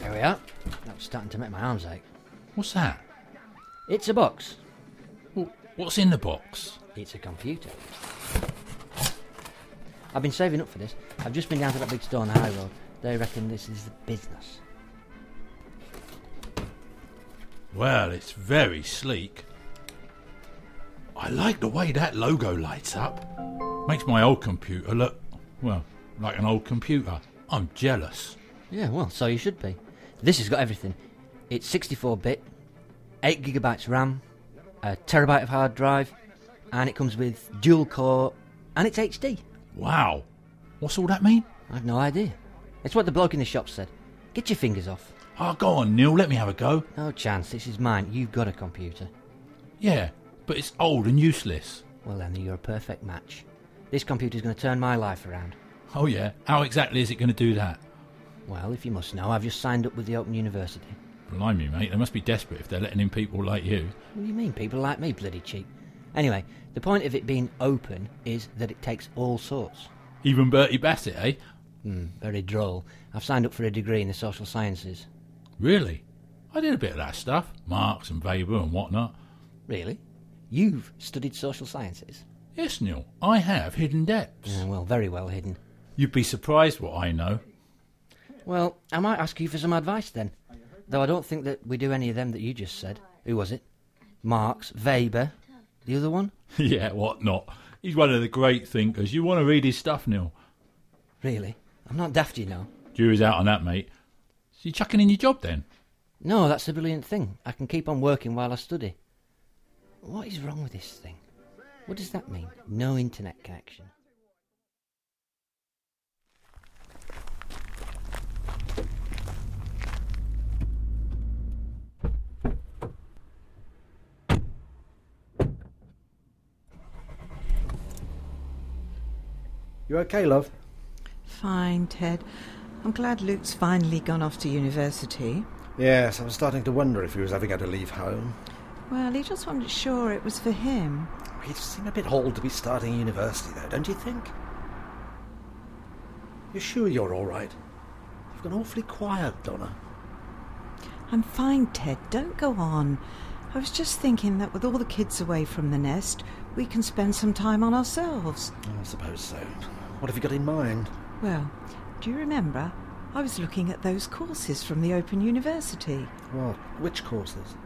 There we are. That's starting to make my arms ache. What's that? It's a box. Wh- What's in the box? It's a computer. I've been saving up for this. I've just been down to that big store on the high road. They reckon this is the business. Well, it's very sleek. I like the way that logo lights up. Makes my old computer look, well, like an old computer. I'm jealous. Yeah, well, so you should be. This has got everything. It's 64 bit, 8 gigabytes RAM, a terabyte of hard drive, and it comes with dual core, and it's HD. Wow. What's all that mean? I've no idea. It's what the bloke in the shop said. Get your fingers off. Ah, go on, Neil, let me have a go. No chance, this is mine. You've got a computer. Yeah, but it's old and useless. Well, then, you're a perfect match. This computer's going to turn my life around. Oh, yeah. How exactly is it going to do that? Well, if you must know, I've just signed up with the Open University. Blime you, mate. They must be desperate if they're letting in people like you. What do you mean, people like me, bloody cheap? Anyway, the point of it being open is that it takes all sorts. Even Bertie Bassett, eh? Hmm, very droll. I've signed up for a degree in the social sciences. Really? I did a bit of that stuff. Marx and Weber and whatnot. Really? You've studied social sciences? Yes, Neil, I have hidden depths. Yeah, well, very well hidden. You'd be surprised what I know. Well, I might ask you for some advice then. Though I don't think that we do any of them that you just said. Who was it? Marx, Weber, the other one? yeah, whatnot. He's one of the great thinkers. You want to read his stuff, Neil. Really? I'm not daft, you know. Jury's out on that, mate. So you chucking in your job then? No, that's the brilliant thing. I can keep on working while I study. What is wrong with this thing? What does that mean? No internet connection. You okay, love? Fine, Ted. I'm glad Luke's finally gone off to university. Yes, I was starting to wonder if he was ever going to leave home. Well, he just wasn't sure it was for him. He'd seem a bit old to be starting university, though, don't you think? You're sure you're all right? You've gone awfully quiet, Donna. I'm fine, Ted. Don't go on. I was just thinking that with all the kids away from the nest, we can spend some time on ourselves. I suppose so. What have you got in mind? Well, do you remember? I was looking at those courses from the Open University. Well, which courses?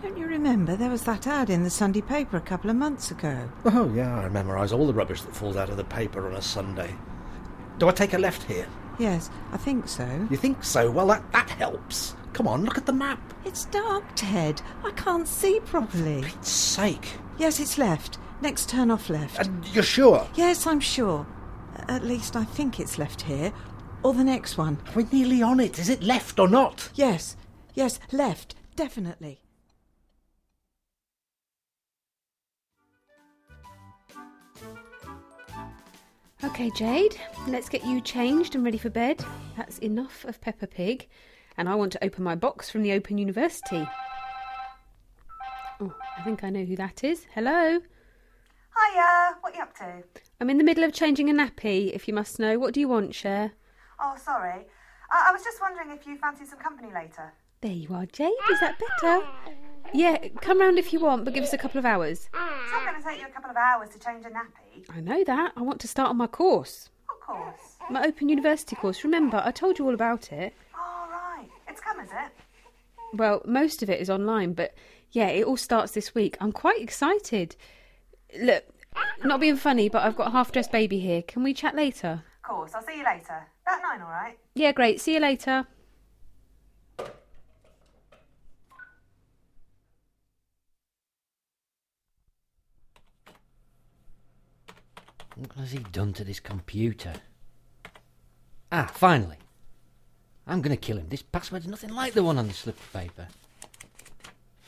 Don't you remember there was that ad in the Sunday paper a couple of months ago? Oh, yeah, I memorise all the rubbish that falls out of the paper on a Sunday. Do I take a left here? Yes, I think so. You think so? Well, that, that helps. Come on, look at the map. It's dark, Ted. I can't see properly. For its sake. Yes, it's left. Next turn off left. And you're sure? Yes, I'm sure. At least I think it's left here. Or the next one. We're nearly on it. Is it left or not? Yes, yes, left, definitely. Okay, Jade, let's get you changed and ready for bed. That's enough of Peppa Pig, and I want to open my box from the Open University. Oh, I think I know who that is. Hello. Hiya, what you up to? I'm in the middle of changing a nappy, if you must know. What do you want, Cher? Oh, sorry. I, I was just wondering if you fancy some company later. There you are, Jade. Is that better? Yeah, come round if you want, but give us a couple of hours. It's not going to take you a couple of hours to change a nappy. I know that. I want to start on my course. Of course. My Open University course. Remember, I told you all about it. All right. It's come, is it? Well, most of it is online, but yeah, it all starts this week. I'm quite excited. Look, not being funny, but I've got a half dressed baby here. Can we chat later? Of course. I'll see you later. About nine, all right? Yeah, great. See you later. What has he done to this computer? Ah, finally. I'm going to kill him. This password's nothing like the one on the slip of paper.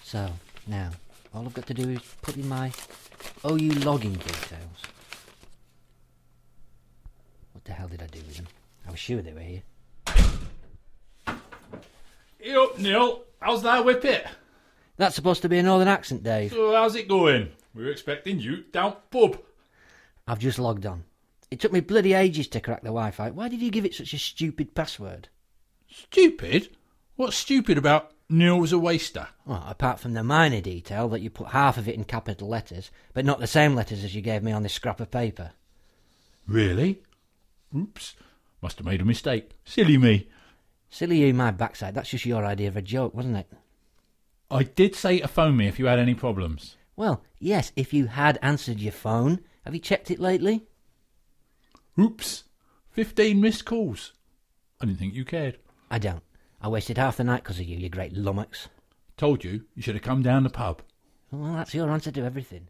So, now, all I've got to do is put in my OU login details. What the hell did I do with them? I was sure they were here. Yup, Neil. How's that whippet? That's supposed to be a northern accent, Dave. So how's it going? We were expecting you down pub. I've just logged on. It took me bloody ages to crack the Wi Fi. Why did you give it such a stupid password? Stupid? What's stupid about Neil was a waster? Well, apart from the minor detail that you put half of it in capital letters, but not the same letters as you gave me on this scrap of paper. Really? Oops. Must have made a mistake. Silly me. Silly you, my backside. That's just your idea of a joke, wasn't it? I did say to phone me if you had any problems. Well, yes, if you had answered your phone. Have you checked it lately? Oops. Fifteen missed calls. I didn't think you cared. I don't. I wasted half the night 'cause of you, you great lummox. Told you you should have come down the pub. Well, that's your answer to everything.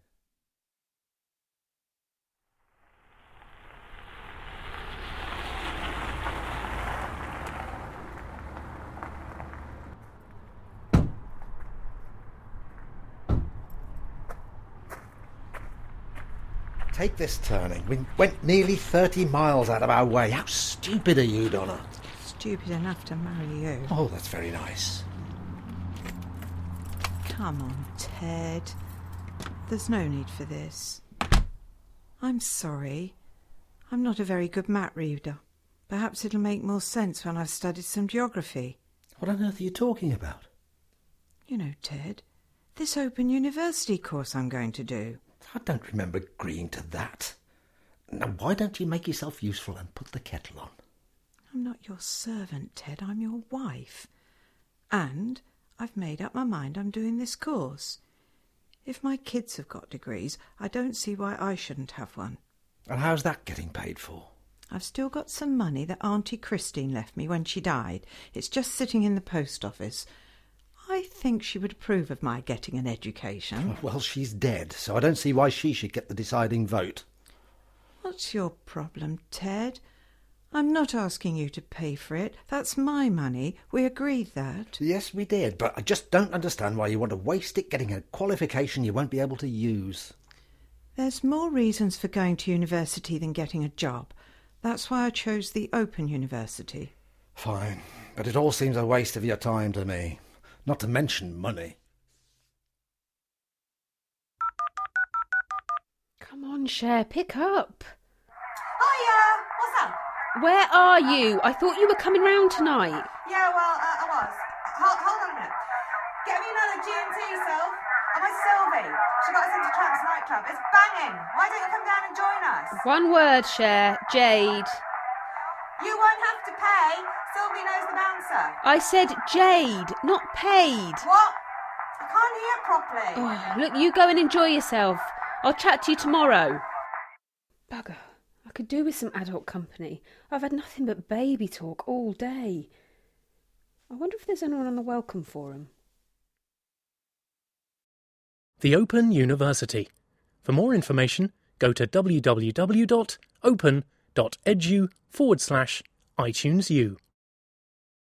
Take this turning. We went nearly 30 miles out of our way. How stupid are you, Donna? Stupid enough to marry you. Oh, that's very nice. Come on, Ted. There's no need for this. I'm sorry. I'm not a very good map reader. Perhaps it'll make more sense when I've studied some geography. What on earth are you talking about? You know, Ted, this Open University course I'm going to do. I don't remember agreeing to that. Now, why don't you make yourself useful and put the kettle on? I'm not your servant, Ted. I'm your wife. And I've made up my mind I'm doing this course. If my kids have got degrees, I don't see why I shouldn't have one. And how's that getting paid for? I've still got some money that Auntie Christine left me when she died. It's just sitting in the post office. I think she would approve of my getting an education. Well, she's dead, so I don't see why she should get the deciding vote. What's your problem, Ted? I'm not asking you to pay for it. That's my money. We agreed that. Yes, we did, but I just don't understand why you want to waste it getting a qualification you won't be able to use. There's more reasons for going to university than getting a job. That's why I chose the Open University. Fine, but it all seems a waste of your time to me, not to mention money. Come on, Cher, pick up. Hiya! What's up? Where are you? I thought you were coming round tonight. Yeah, well, uh, I was. Hold, hold on a minute. Get me another G&T, Sylv. Am I Sylvie? She got us into Tramp's nightclub. It's banging. Why don't you come down and join us? One word, Cher. Jade. You won't have to pay. Sylvie knows the bouncer. I said Jade, not paid. What? I can't hear properly. Oh, look, you go and enjoy yourself. I'll chat to you tomorrow. Bugger. I could do with some adult company. I've had nothing but baby talk all day. I wonder if there's anyone on the welcome forum. The Open University. For more information, go to www.open.edu forward slash iTunes